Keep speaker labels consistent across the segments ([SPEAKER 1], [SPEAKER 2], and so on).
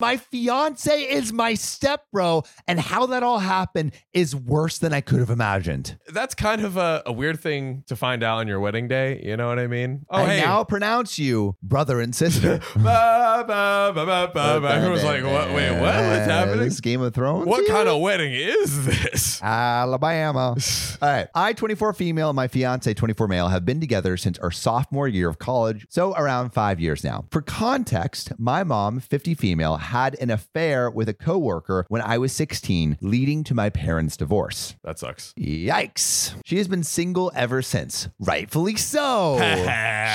[SPEAKER 1] My fiance is my step bro, and how that all happened is worse than I could have imagined.
[SPEAKER 2] That's kind of a, a weird thing to find out on your wedding day. You know what I mean? Oh,
[SPEAKER 1] I
[SPEAKER 2] hey.
[SPEAKER 1] now pronounce you brother and sister.
[SPEAKER 2] Ba, ba, ba, ba, ba, ba. Um, I was like, what? Wait, what? What's happening?
[SPEAKER 1] This Game of Thrones.
[SPEAKER 2] What
[SPEAKER 1] here?
[SPEAKER 2] kind of wedding is this?
[SPEAKER 1] Alabama. All right. I, 24 female, and my fiance, 24 male, have been together since our sophomore year of college, so around five years now. For context, my mom, 50 female, had an affair with a coworker when I was 16, leading to my parents' divorce.
[SPEAKER 2] That sucks.
[SPEAKER 1] Yikes. She has been single ever since. Rightfully so.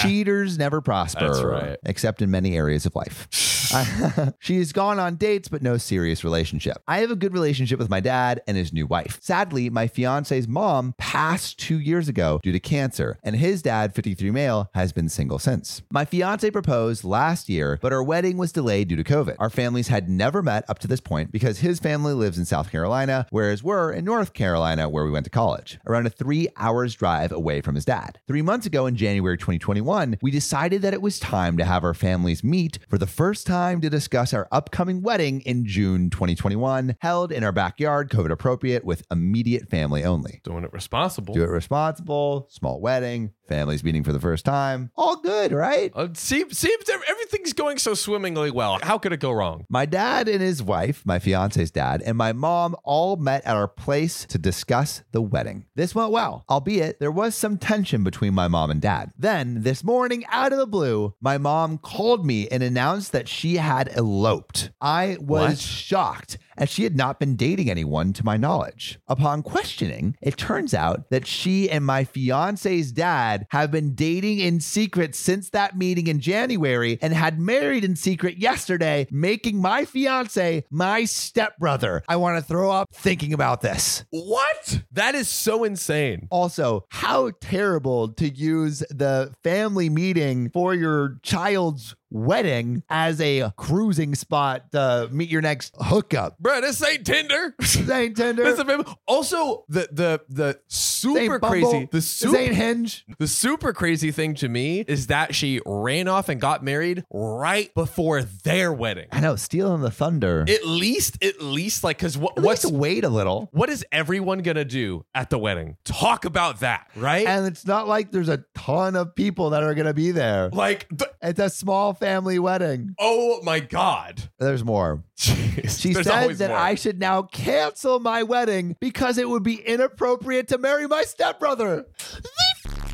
[SPEAKER 1] Cheaters never prosper.
[SPEAKER 2] That's right.
[SPEAKER 1] Except in many areas of life. I- she has gone on dates, but no serious relationship. I have a good relationship with my dad and his new wife. Sadly, my fiance's mom passed two years ago due to cancer, and his dad, 53 male, has been single since. My fiance proposed last year, but our wedding was delayed due to COVID. Our families had never met up to this point because his family lives in South Carolina, whereas we're in North Carolina, where we went to college, around a three hours drive away from his dad. Three months ago in January 2021, we decided that it was time to have our families meet for the first time to discuss our upcoming wedding in June 2021, held in our backyard, COVID appropriate, with immediate family only.
[SPEAKER 2] Doing it responsible.
[SPEAKER 1] Do it responsible, small wedding, families meeting for the first time. All good, right?
[SPEAKER 2] Uh, seems, seems ev- everything's going so swimmingly well. How could it go wrong?
[SPEAKER 1] My dad and his wife, my fiance's dad, and my mom all met at our place to discuss the wedding. This went well, albeit there was some tension between my mom and dad. Then, this morning, out of the blue, my mom called me and announced that she had eloped. I was
[SPEAKER 2] What?
[SPEAKER 1] shocked as she had not been dating anyone to my knowledge. Upon questioning, it turns out that she and my fiance's dad have been dating in secret since that meeting in January and had married in secret yesterday, making my fiance my stepbrother. I want to throw up thinking about this.
[SPEAKER 2] What? That is so insane.
[SPEAKER 1] Also, how terrible to use the family meeting for your child's wedding as a cruising spot to meet your next hookup.
[SPEAKER 2] Bruh, this ain't Tinder. this
[SPEAKER 1] Ain't Tinder.
[SPEAKER 2] ain't Bumble. also, the the the super
[SPEAKER 1] ain't Bumble.
[SPEAKER 2] crazy the
[SPEAKER 1] This ain't
[SPEAKER 2] super
[SPEAKER 1] Hinge.
[SPEAKER 2] the super crazy thing to me is that she ran off and got married right before their wedding.
[SPEAKER 1] I know, stealing the thunder.
[SPEAKER 2] At least, at least, like, cause what
[SPEAKER 1] At
[SPEAKER 2] what's
[SPEAKER 1] least wait a little?
[SPEAKER 2] what is everyone gonna do at the wedding? Talk about that, right?
[SPEAKER 1] And it's not like there's a ton of people that are going to be there.
[SPEAKER 2] like, th-
[SPEAKER 1] It's a small family wedding.
[SPEAKER 2] oh my god.
[SPEAKER 1] There's more.
[SPEAKER 2] Jeez,
[SPEAKER 1] She
[SPEAKER 2] there's
[SPEAKER 1] said
[SPEAKER 2] always
[SPEAKER 1] that
[SPEAKER 2] more.
[SPEAKER 1] I should now cancel my wedding because it would be inappropriate to marry my stepbrother.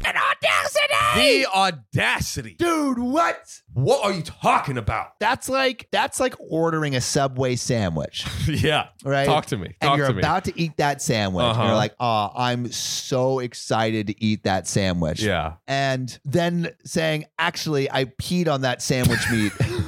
[SPEAKER 1] The audacity!
[SPEAKER 2] the audacity.
[SPEAKER 1] Dude, what?
[SPEAKER 2] What are you talking about?
[SPEAKER 1] That's like that's like ordering a Subway sandwich,
[SPEAKER 2] yeah.
[SPEAKER 1] right?
[SPEAKER 2] Talk to me.
[SPEAKER 1] and
[SPEAKER 2] Talk
[SPEAKER 1] you're
[SPEAKER 2] to me.
[SPEAKER 1] about to eat that sandwich, and
[SPEAKER 2] Uh-huh.
[SPEAKER 1] you're like, "Oh, I'm so excited to eat that sandwich."
[SPEAKER 2] yeah.
[SPEAKER 1] and then saying, actually, I peed on that sandwich meat.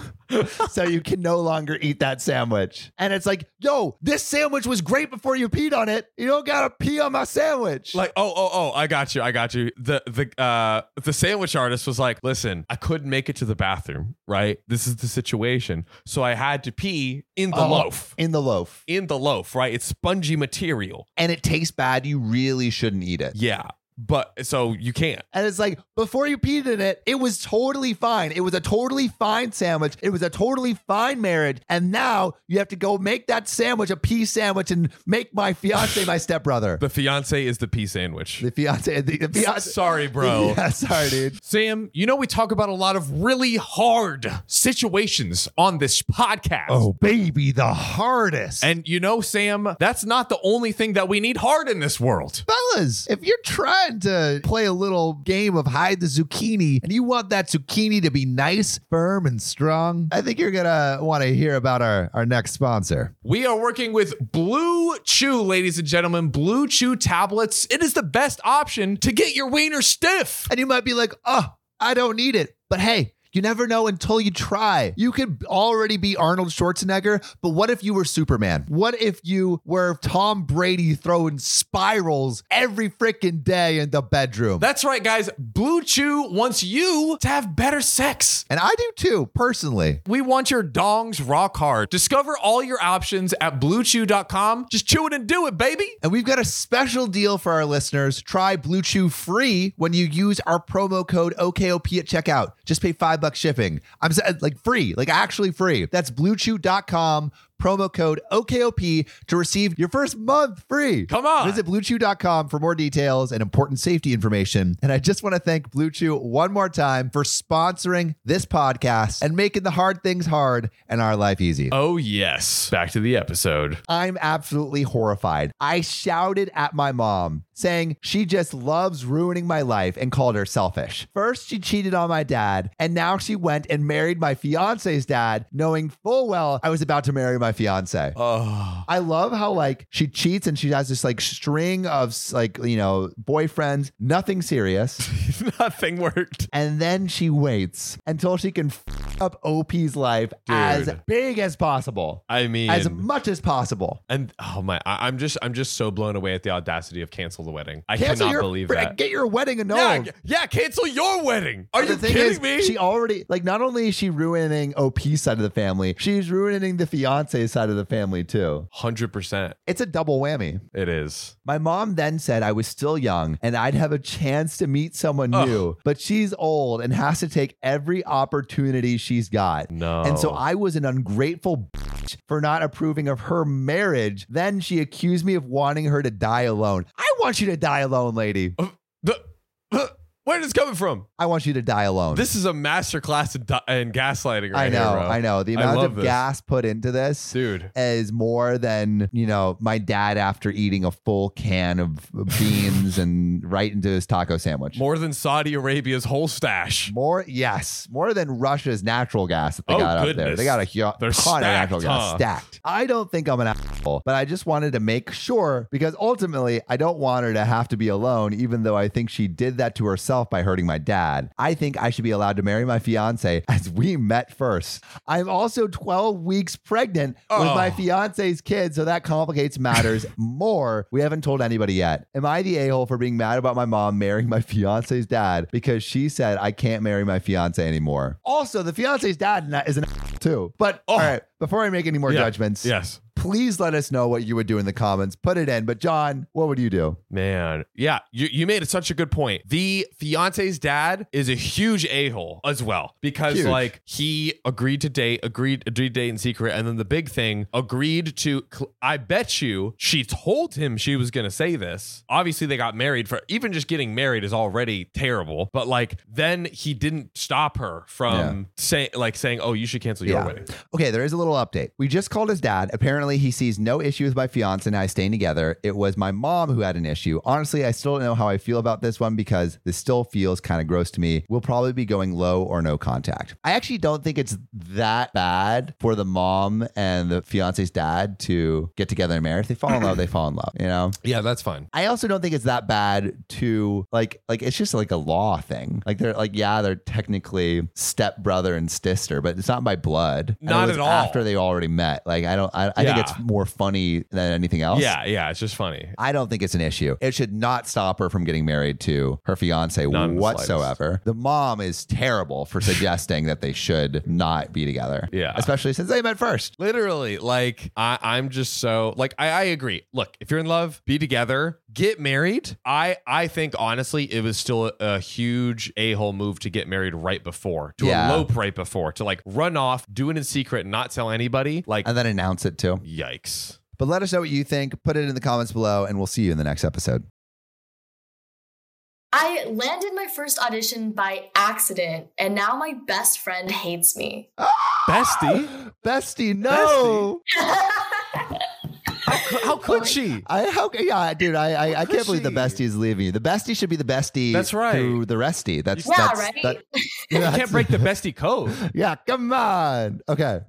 [SPEAKER 1] so you can no longer eat that sandwich. And it's like, yo, this sandwich was great before you peed on it. You don't gotta pee on my sandwich.
[SPEAKER 2] Like, oh, oh, oh, I got you. I got you. The the uh the sandwich artist was like, listen, I couldn't make it to the bathroom, right? This is the situation. So I had to pee in the
[SPEAKER 1] Oh,
[SPEAKER 2] loaf.
[SPEAKER 1] In the loaf.
[SPEAKER 2] In the loaf, right? It's spongy material.
[SPEAKER 1] And it tastes bad. You really shouldn't eat it.
[SPEAKER 2] Yeah. But so you can't.
[SPEAKER 1] And it's like, before you peed in it, it was totally fine. It was a totally fine sandwich. It was a totally fine marriage. And now you have to go make that sandwich a pea sandwich and make my fiance my stepbrother.
[SPEAKER 2] The fiance is the pea sandwich.
[SPEAKER 1] The fiance, the, the fiance.
[SPEAKER 2] Sorry, bro.
[SPEAKER 1] Yeah, sorry, dude.
[SPEAKER 2] Sam, you know we talk about a lot of really hard situations on this podcast.
[SPEAKER 1] Oh, baby, the hardest. And
[SPEAKER 2] And you know, Sam, that's not the only thing that we need hard in this world.
[SPEAKER 1] fellas, if you're trying to play a little game of hide the zucchini and you want that zucchini to be nice, firm, and strong, I think you're gonna want to hear about our, our next sponsor.
[SPEAKER 2] We are working with Blue Chew, ladies and gentlemen. Blue Chew tablets. It is the best option to get your wiener stiff.
[SPEAKER 1] And you might be like, oh, I don't need it. But hey, you never know until you try. You could already be Arnold Schwarzenegger, but what if you were Superman? What if you were Tom Brady throwing spirals every freaking day in the bedroom?
[SPEAKER 2] That's right, guys. Blue Chew wants you to have better sex.
[SPEAKER 1] and I do too, personally.
[SPEAKER 2] We want your dongs rock hard. Discover all your options at bluechew.com. Just chew it and do it, baby.
[SPEAKER 1] And we've got a special deal for our listeners. Try Blue Chew free when you use our promo code OKOP at checkout. Just pay five bucks shipping. I'm sa- like free, like actually free. That's bluechew.com promo code OKOP to receive your first month free.
[SPEAKER 2] Come on.
[SPEAKER 1] Visit bluechew.com for more details and important safety information. And I just want to thank Blue Chew one more time for sponsoring this podcast and making the hard things hard and our life easy.
[SPEAKER 2] Oh, yes. Back to the episode.
[SPEAKER 1] I'm absolutely horrified. I shouted at my mom, saying she just loves ruining my life and called her selfish. First, she cheated on my dad, and now she went and married my fiance's dad, knowing full well I was about to marry my fiance.
[SPEAKER 2] Oh,
[SPEAKER 1] I love how like she cheats and she has this like string of like you know boyfriends, nothing serious,
[SPEAKER 2] nothing worked.
[SPEAKER 1] and then she waits until she can f- up OP's life as
[SPEAKER 2] Dude.
[SPEAKER 1] big as possible,
[SPEAKER 2] I mean,
[SPEAKER 1] as much as possible.
[SPEAKER 2] and oh my, I, I'm just, I'm just so blown away at the audacity of cancel the wedding. I
[SPEAKER 1] Cancel
[SPEAKER 2] cannot
[SPEAKER 1] your
[SPEAKER 2] believe
[SPEAKER 1] frick-
[SPEAKER 2] that.
[SPEAKER 1] Get your wedding
[SPEAKER 2] yeah,
[SPEAKER 1] annulled.
[SPEAKER 2] g- yeah, cancel your wedding. Are
[SPEAKER 1] The
[SPEAKER 2] you
[SPEAKER 1] thing
[SPEAKER 2] kidding
[SPEAKER 1] is,
[SPEAKER 2] me?
[SPEAKER 1] She already like not only is she ruining OP's side of the family, she's ruining the fiance's side of the family too.
[SPEAKER 2] Hundred percent,
[SPEAKER 1] It's a double whammy.
[SPEAKER 2] it is.
[SPEAKER 1] My mom then said I was still young and I'd have a chance to meet someone
[SPEAKER 2] Ugh.
[SPEAKER 1] new, but she's old and has to take every opportunity she's got.
[SPEAKER 2] No,
[SPEAKER 1] And so I was an ungrateful bitch for not approving of her marriage. Then she accused me of wanting her to die alone. I want you to die alone, lady.
[SPEAKER 2] Uh, The, where is this coming from?
[SPEAKER 1] I want you to die alone.
[SPEAKER 2] This is a masterclass in, di- in gaslighting. Right
[SPEAKER 1] I know,
[SPEAKER 2] here, bro.
[SPEAKER 1] I know. The
[SPEAKER 2] I
[SPEAKER 1] amount
[SPEAKER 2] love
[SPEAKER 1] of
[SPEAKER 2] this.
[SPEAKER 1] gas put into this
[SPEAKER 2] dude.
[SPEAKER 1] is more than you know my dad after eating a full can of beans and right into his taco sandwich.
[SPEAKER 2] More than Saudi Arabia's whole stash.
[SPEAKER 1] More, yes, more than Russia's natural gas that they
[SPEAKER 2] Oh,
[SPEAKER 1] got out there.
[SPEAKER 2] goodness.
[SPEAKER 1] They got a hu-
[SPEAKER 2] They're
[SPEAKER 1] ton of natural
[SPEAKER 2] stacked,
[SPEAKER 1] gas
[SPEAKER 2] huh?
[SPEAKER 1] stacked. I don't think I'm an asshole, but I just wanted to make sure because ultimately I don't want her to have to be alone, even though I think she did that to herself by hurting my dad. I think I should be allowed to marry my fiance as we met first. I'm also 12 weeks pregnant with
[SPEAKER 2] Oh.
[SPEAKER 1] my fiance's kid, so that complicates matters more. We haven't told anybody yet. Am I the a hole for being mad about my mom marrying my fiance's dad because she said I can't marry my fiance anymore? Also, the fiance's dad na- is an a- too. But all
[SPEAKER 2] Oh.
[SPEAKER 1] right, before I make any more
[SPEAKER 2] Yeah.
[SPEAKER 1] judgments,
[SPEAKER 2] Yes.
[SPEAKER 1] please let us know what you would do in the comments. Put it in. But John, what would you do?
[SPEAKER 2] Man, yeah, you, you made it such a good point. The fiance's dad is a huge a hole as well because
[SPEAKER 1] Huge.
[SPEAKER 2] like he agreed to date, agreed agreed to date in secret, and then the big thing agreed to. cl- I bet you she told him she was gonna say this. Obviously, they got married for even just getting married is already terrible. But like then he didn't stop her from saying like saying, "Oh, you should cancel your
[SPEAKER 1] Yeah.
[SPEAKER 2] wedding."
[SPEAKER 1] Okay, there is a little update. We just called his dad. Apparently, he sees no issue with my fiance and I staying together. It was my mom who had an issue. Honestly, I still don't know how I feel about this one because this still feels kind of gross to me. We'll probably be going low or no contact. I actually don't think it's that bad for the mom and the fiance's dad to get together and marry. If they fall in love, they fall in love, you know?
[SPEAKER 2] Yeah, that's fine.
[SPEAKER 1] I also don't think it's that bad to like like it's just like a law thing. Like they're like yeah, they're technically stepbrother and sister, but it's not by blood. And it
[SPEAKER 2] Not
[SPEAKER 1] was
[SPEAKER 2] at all.
[SPEAKER 1] After they already met, like I don't. I, I think
[SPEAKER 2] Yeah.
[SPEAKER 1] it's more funny than anything else.
[SPEAKER 2] Yeah, yeah, it's just funny.
[SPEAKER 1] I don't think it's an issue. It should not stop her from getting married to her fiance
[SPEAKER 2] Not in the
[SPEAKER 1] whatsoever. The mom is terrible for suggesting that they should not be together.
[SPEAKER 2] Yeah.
[SPEAKER 1] especially since they met first.
[SPEAKER 2] Literally, like I, I'm just so like I, I agree. Look, if you're in love, be together, get married. I I think honestly, it was still a, a huge a hole move to get married right before, to
[SPEAKER 1] Yeah.
[SPEAKER 2] elope right before, to like run off, do it in secret, and not tell anybody. Like,
[SPEAKER 1] And then announce it too.
[SPEAKER 2] yikes.
[SPEAKER 1] But let us know what you think. Put it in the comments below, and we'll see you in the next episode.
[SPEAKER 3] I landed my first audition by accident, and now my best friend hates me.
[SPEAKER 2] Bestie?
[SPEAKER 1] Bestie, no.
[SPEAKER 2] How, cou- how could she?
[SPEAKER 1] I how yeah, dude, I I, I can't believe the
[SPEAKER 2] Cushy.
[SPEAKER 1] bestie is leaving. The bestie should be the bestie.
[SPEAKER 2] That's right.
[SPEAKER 1] To the restie. That's
[SPEAKER 3] yeah,
[SPEAKER 1] that's,
[SPEAKER 3] right?
[SPEAKER 1] that-
[SPEAKER 2] You
[SPEAKER 1] that's-
[SPEAKER 2] can't break the bestie code.
[SPEAKER 1] Yeah, come on. Okay,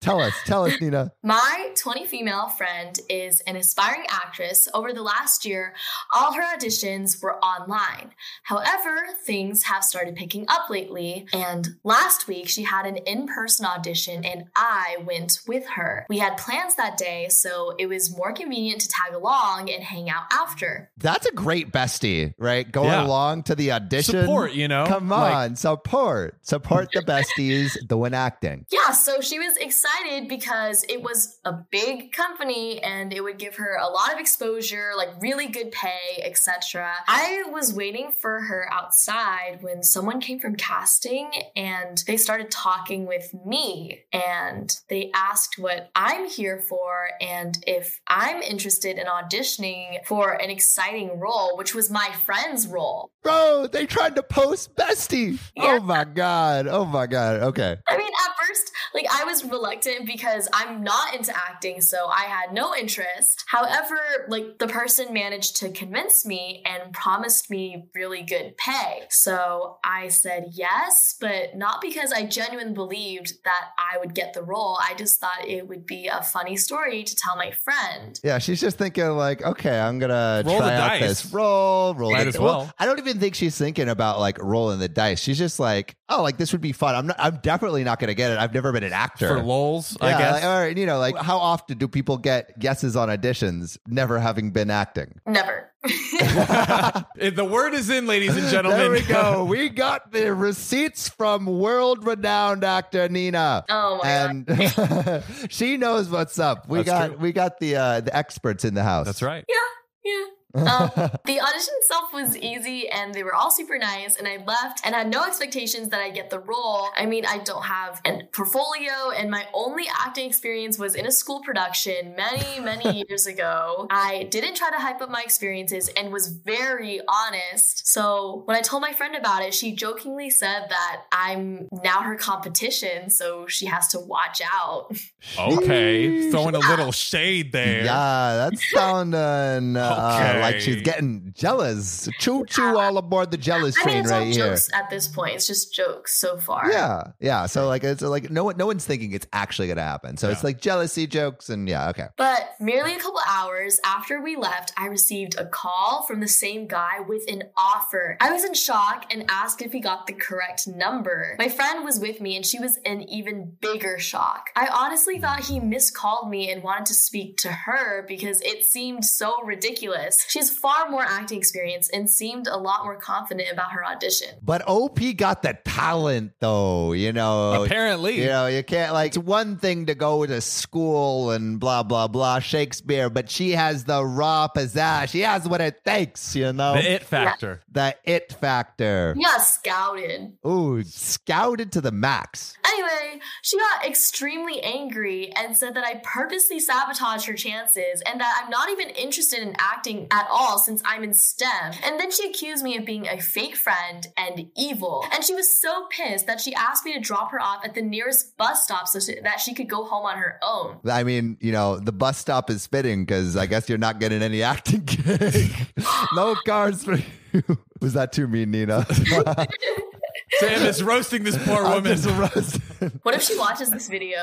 [SPEAKER 1] tell us, tell us, Nina.
[SPEAKER 3] My 20 female friend is an aspiring actress. Over the last year, all her auditions were online. However, things have started picking up lately, and last week she had an in person audition and I went with her. We had plans that day, so it was more convenient to tag along and hang out after.
[SPEAKER 1] That's a great bestie, right? Going
[SPEAKER 2] Yeah.
[SPEAKER 1] along to the audition.
[SPEAKER 2] Support, you know?
[SPEAKER 1] Come
[SPEAKER 2] Like,
[SPEAKER 1] on, support, support the besties doing acting.
[SPEAKER 3] Yeah, so she was excited excited because it was a big company and it would give her a lot of exposure, like really good pay, etc. I was waiting for her outside when someone came from casting and they started talking with me and they asked what I'm here for and if I'm interested in auditioning for an exciting role, which was my friend's role.
[SPEAKER 1] Bro, they tried to post bestie.
[SPEAKER 3] Yeah.
[SPEAKER 1] Oh my God. Oh my God. Okay.
[SPEAKER 3] I mean, at first, like I was reluctant because I'm not into acting, so I had no interest. However, like the person managed to convince me and promised me really good pay. So I said yes, but not because I genuinely believed that I would get the role. I just thought it would be a funny story to tell my friend.
[SPEAKER 1] Yeah, she's just thinking like, okay, I'm gonna
[SPEAKER 2] Roll
[SPEAKER 1] try
[SPEAKER 2] the
[SPEAKER 1] out
[SPEAKER 2] dice.
[SPEAKER 1] this roll, roll
[SPEAKER 2] Might
[SPEAKER 1] the-
[SPEAKER 2] as well.
[SPEAKER 1] I don't even think she's thinking about like rolling the dice. She's just like, oh, like this would be fun. I'm not. I'm definitely not gonna get it. I've never been an actor.
[SPEAKER 2] for lols, I
[SPEAKER 1] Yeah,
[SPEAKER 2] guess.
[SPEAKER 1] like, or you know, like how often do people get guesses on auditions, never having been acting?
[SPEAKER 3] Never.
[SPEAKER 2] the word is in, ladies and gentlemen.
[SPEAKER 1] There we go. We got the receipts from world-renowned actor Nina.
[SPEAKER 3] oh my god.
[SPEAKER 1] and she knows what's up. We
[SPEAKER 2] That's
[SPEAKER 1] got
[SPEAKER 2] true.
[SPEAKER 1] we got the uh, the experts in the house.
[SPEAKER 2] That's right.
[SPEAKER 3] Yeah. Um, the audition itself was easy and they were all super nice and i left and had no expectations that i'd get the role i mean i don't have a portfolio and my only acting experience was in a school production many many years ago i didn't try to hype up my experiences and was very honest so when i told my friend about it she jokingly said that i'm now her competition so she has to watch out
[SPEAKER 2] Okay.
[SPEAKER 1] Sheesh.
[SPEAKER 2] Throwing a little shade there.
[SPEAKER 1] Yeah, that's sounding uh,
[SPEAKER 2] Okay.
[SPEAKER 1] like she's getting jealous. Choo choo, all aboard the jealous
[SPEAKER 3] i
[SPEAKER 1] train
[SPEAKER 3] mean it's
[SPEAKER 1] right
[SPEAKER 3] all
[SPEAKER 1] here.
[SPEAKER 3] jokes at this point it's just jokes so far
[SPEAKER 1] Yeah, yeah. So like, it's like no one, no one's thinking it's actually gonna happen. So it's
[SPEAKER 2] Yeah.
[SPEAKER 1] like jealousy jokes and yeah, okay.
[SPEAKER 3] But merely a couple hours after we left, I received a call from the same guy with an offer. I was in shock and asked if he got the correct number. My friend was with me and she was in even bigger shock. I honestly thought he miscalled me and wanted to speak to her because it seemed so ridiculous. She has far more acting experience and seemed a lot more confident about her audition.
[SPEAKER 1] But OP got the talent though, you know.
[SPEAKER 2] Apparently.
[SPEAKER 1] You know, you can't like it's one thing to go to school and blah blah blah Shakespeare, but she has the raw pizzazz. She has what it takes, you know.
[SPEAKER 2] The it factor.
[SPEAKER 1] the it factor.
[SPEAKER 3] He got scouted.
[SPEAKER 1] Ooh, scouted to the max.
[SPEAKER 3] Anyway, she got extremely angry and said that I purposely sabotaged her chances and that I'm not even interested in acting at all since I'm in STEM. And then she accused me of being a fake friend and evil. And she was so pissed that she asked me to drop her off at the nearest bus stop so she- that she could go home on her own.
[SPEAKER 1] I mean, you know, the bus stop is fitting because I guess you're not getting any acting gig. no cars for you. Was that too mean, Nina?
[SPEAKER 2] Sam is roasting this poor
[SPEAKER 1] I'm
[SPEAKER 2] woman.
[SPEAKER 1] just roasting.
[SPEAKER 3] What if she watches this video?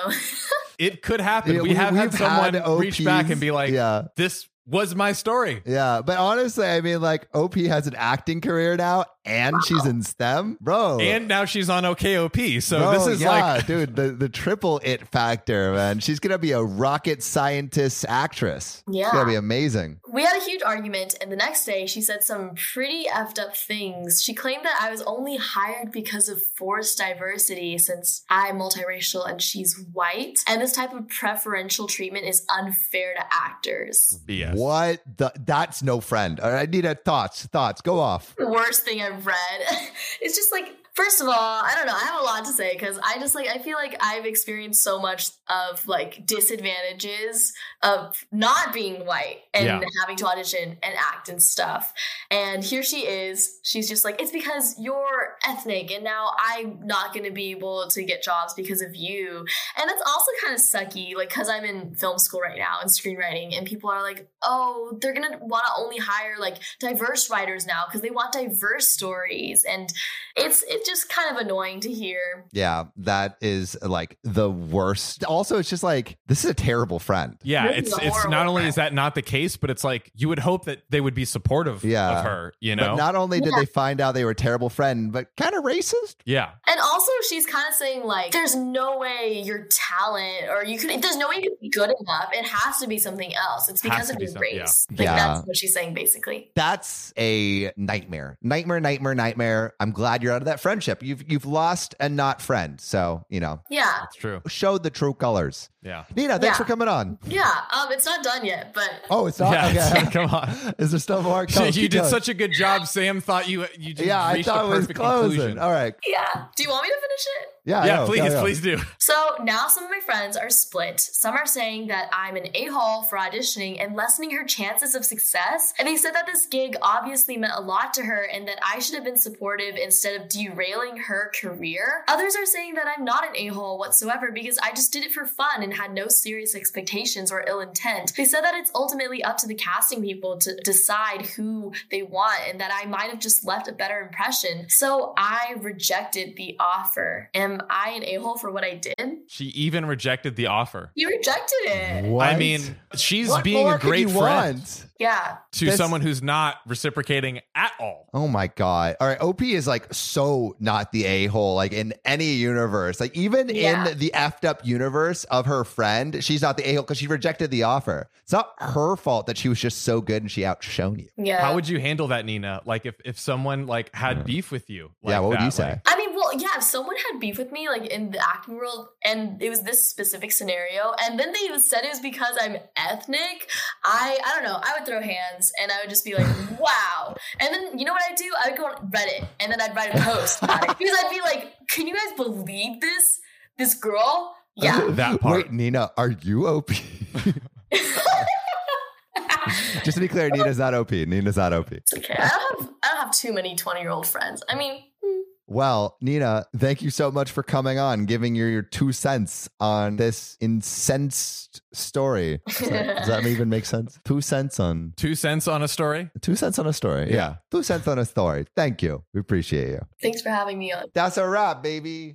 [SPEAKER 2] It could happen.
[SPEAKER 1] Yeah,
[SPEAKER 2] we,
[SPEAKER 1] we-
[SPEAKER 2] have had
[SPEAKER 1] we've
[SPEAKER 2] someone
[SPEAKER 1] had
[SPEAKER 2] reach back
[SPEAKER 1] OPs.
[SPEAKER 2] and be like,
[SPEAKER 1] Yeah.
[SPEAKER 2] this was my story.
[SPEAKER 1] Yeah, but honestly, I mean, like OP has an acting career now, and she's in STEM, bro.
[SPEAKER 2] And now she's on OKOP. So
[SPEAKER 1] Bro,
[SPEAKER 2] this is
[SPEAKER 1] yeah,
[SPEAKER 2] like
[SPEAKER 1] dude, the the triple it factor, man. She's gonna be a rocket scientist actress.
[SPEAKER 3] Yeah.
[SPEAKER 1] it's gonna be amazing.
[SPEAKER 3] We had a huge argument, and the next day she said some pretty effed up things. She claimed that I was only hired because of forced diversity since I'm multiracial and she's white, and this type of preferential treatment is unfair to actors.
[SPEAKER 2] BS.
[SPEAKER 1] What? The, that's no friend. All right, Nina, thoughts, thoughts, go off.
[SPEAKER 3] The worst thing I've read. it's just like, first of all, I don't know, I have a lot to say because I just like, I feel like I've experienced so much of like disadvantages of not being white and
[SPEAKER 2] Yeah.
[SPEAKER 3] having to audition and act and stuff. And here she is. She's just like, it's because you're ethnic, and now I'm not going to be able to get jobs because of you. And that's also kind of sucky, like, because I'm in film school right now and screenwriting, and people are like, oh, they're going to want to only hire like diverse writers now because they want diverse stories. And it's it's just kind of annoying to hear.
[SPEAKER 1] Yeah, that is like the worst. Also, it's just like this is a terrible friend.
[SPEAKER 2] Yeah,
[SPEAKER 3] This is
[SPEAKER 2] it's
[SPEAKER 3] a
[SPEAKER 2] it's not
[SPEAKER 3] horrible
[SPEAKER 2] only is that not the case, but it's like you would hope that they would be supportive
[SPEAKER 1] Yeah.
[SPEAKER 2] of her, you
[SPEAKER 1] But
[SPEAKER 2] know?
[SPEAKER 1] not only did
[SPEAKER 3] Yeah.
[SPEAKER 1] they find out they were a terrible friend, but kind of racist.
[SPEAKER 2] yeah.
[SPEAKER 3] And also, she's kind of saying like, "There's no way your talent, or you could. There's no way you could be good enough. It has to be something else. It's
[SPEAKER 2] Has
[SPEAKER 3] because
[SPEAKER 2] to
[SPEAKER 3] of
[SPEAKER 2] be
[SPEAKER 3] your
[SPEAKER 2] something-
[SPEAKER 3] race." Like
[SPEAKER 1] Yeah.
[SPEAKER 3] that's what she's saying basically.
[SPEAKER 1] That's a nightmare. Nightmare, nightmare, nightmare. I'm glad you're out of that friendship. You've you've lost and not friend. So you know,
[SPEAKER 3] Yeah.
[SPEAKER 2] That's true.
[SPEAKER 1] show the true colors.
[SPEAKER 2] Yeah.
[SPEAKER 1] Nina, thanks
[SPEAKER 3] Yeah.
[SPEAKER 1] for coming on.
[SPEAKER 3] Yeah. Um, it's not done yet, but
[SPEAKER 1] Oh, it's not.
[SPEAKER 2] yeah.
[SPEAKER 1] okay.
[SPEAKER 2] Come on.
[SPEAKER 1] Is there still more?
[SPEAKER 4] So
[SPEAKER 1] Go,
[SPEAKER 4] you
[SPEAKER 1] keep
[SPEAKER 4] did
[SPEAKER 1] going.
[SPEAKER 4] such a good job. Sam thought you you just
[SPEAKER 1] Yeah, I
[SPEAKER 4] reached the
[SPEAKER 1] thought it was
[SPEAKER 4] perfect
[SPEAKER 1] closing.
[SPEAKER 4] conclusion.
[SPEAKER 1] All right.
[SPEAKER 3] yeah. Do you want me to finish it?
[SPEAKER 1] Yeah.
[SPEAKER 2] Yeah,
[SPEAKER 1] no,
[SPEAKER 2] please,
[SPEAKER 1] no, no.
[SPEAKER 2] please do.
[SPEAKER 3] So now some of my friends are split. Some are saying that I'm an a hole for auditioning and lessening her chances of success. And they said that this gig obviously meant a lot to her and that I should have been supportive instead of derailing her career. Others are saying that I'm not an a hole whatsoever because I just did it for fun and had no serious expectations or ill intent. They said that it's ultimately up to the casting people to decide who they want and that I might have just left a better impression. So I rejected the offer. Am I an a hole for what I did?
[SPEAKER 2] She even rejected the offer.
[SPEAKER 3] You rejected it.
[SPEAKER 1] What?
[SPEAKER 2] I mean, she's
[SPEAKER 1] What
[SPEAKER 2] being
[SPEAKER 1] more
[SPEAKER 2] a
[SPEAKER 1] could
[SPEAKER 2] great
[SPEAKER 1] you
[SPEAKER 2] friend
[SPEAKER 1] want?
[SPEAKER 3] Yeah.
[SPEAKER 2] to
[SPEAKER 1] That's-
[SPEAKER 2] someone who's not reciprocating at all.
[SPEAKER 1] Oh my god! All right, OP is like so not the a hole. Like in any universe, like even
[SPEAKER 3] Yeah.
[SPEAKER 1] in the effed up universe of her friend, she's not the a hole because she rejected the offer. It's not her fault that she was just so good and she outshone you.
[SPEAKER 3] Yeah.
[SPEAKER 2] How would you handle that, Nina? Like if, if someone like had
[SPEAKER 1] Hmm.
[SPEAKER 2] beef with you.
[SPEAKER 1] Yeah,
[SPEAKER 2] like
[SPEAKER 1] what would
[SPEAKER 2] that,
[SPEAKER 1] you say?
[SPEAKER 2] like-
[SPEAKER 3] I mean, well, yeah, if someone had beef with me, like in the acting world, and it was this specific scenario, and then they even said it was because I'm ethnic, I I don't know, I would throw hands and I would just be like, wow. And then you know what I'd do? I would go on Reddit and then I'd write a post about it. Because I'd be like, can you guys believe this? This girl? Yeah.
[SPEAKER 2] That part.
[SPEAKER 1] Wait, Nina, are you OP? just to be clear, Nina's not OP. Nina's not OP.
[SPEAKER 3] It's okay. I don't have I don't have too many 20 year old friends. I mean, hmm,
[SPEAKER 1] Well, Nina, thank you so much for coming on, giving your, your two cents on this incensed story. Does that, does that even make sense? Two cents on
[SPEAKER 2] Two cents on a story?
[SPEAKER 1] two cents on a story.
[SPEAKER 2] Yeah.
[SPEAKER 1] Two cents on a story. Thank you. We appreciate you.
[SPEAKER 3] thanks for having me on.
[SPEAKER 1] That's a wrap, baby.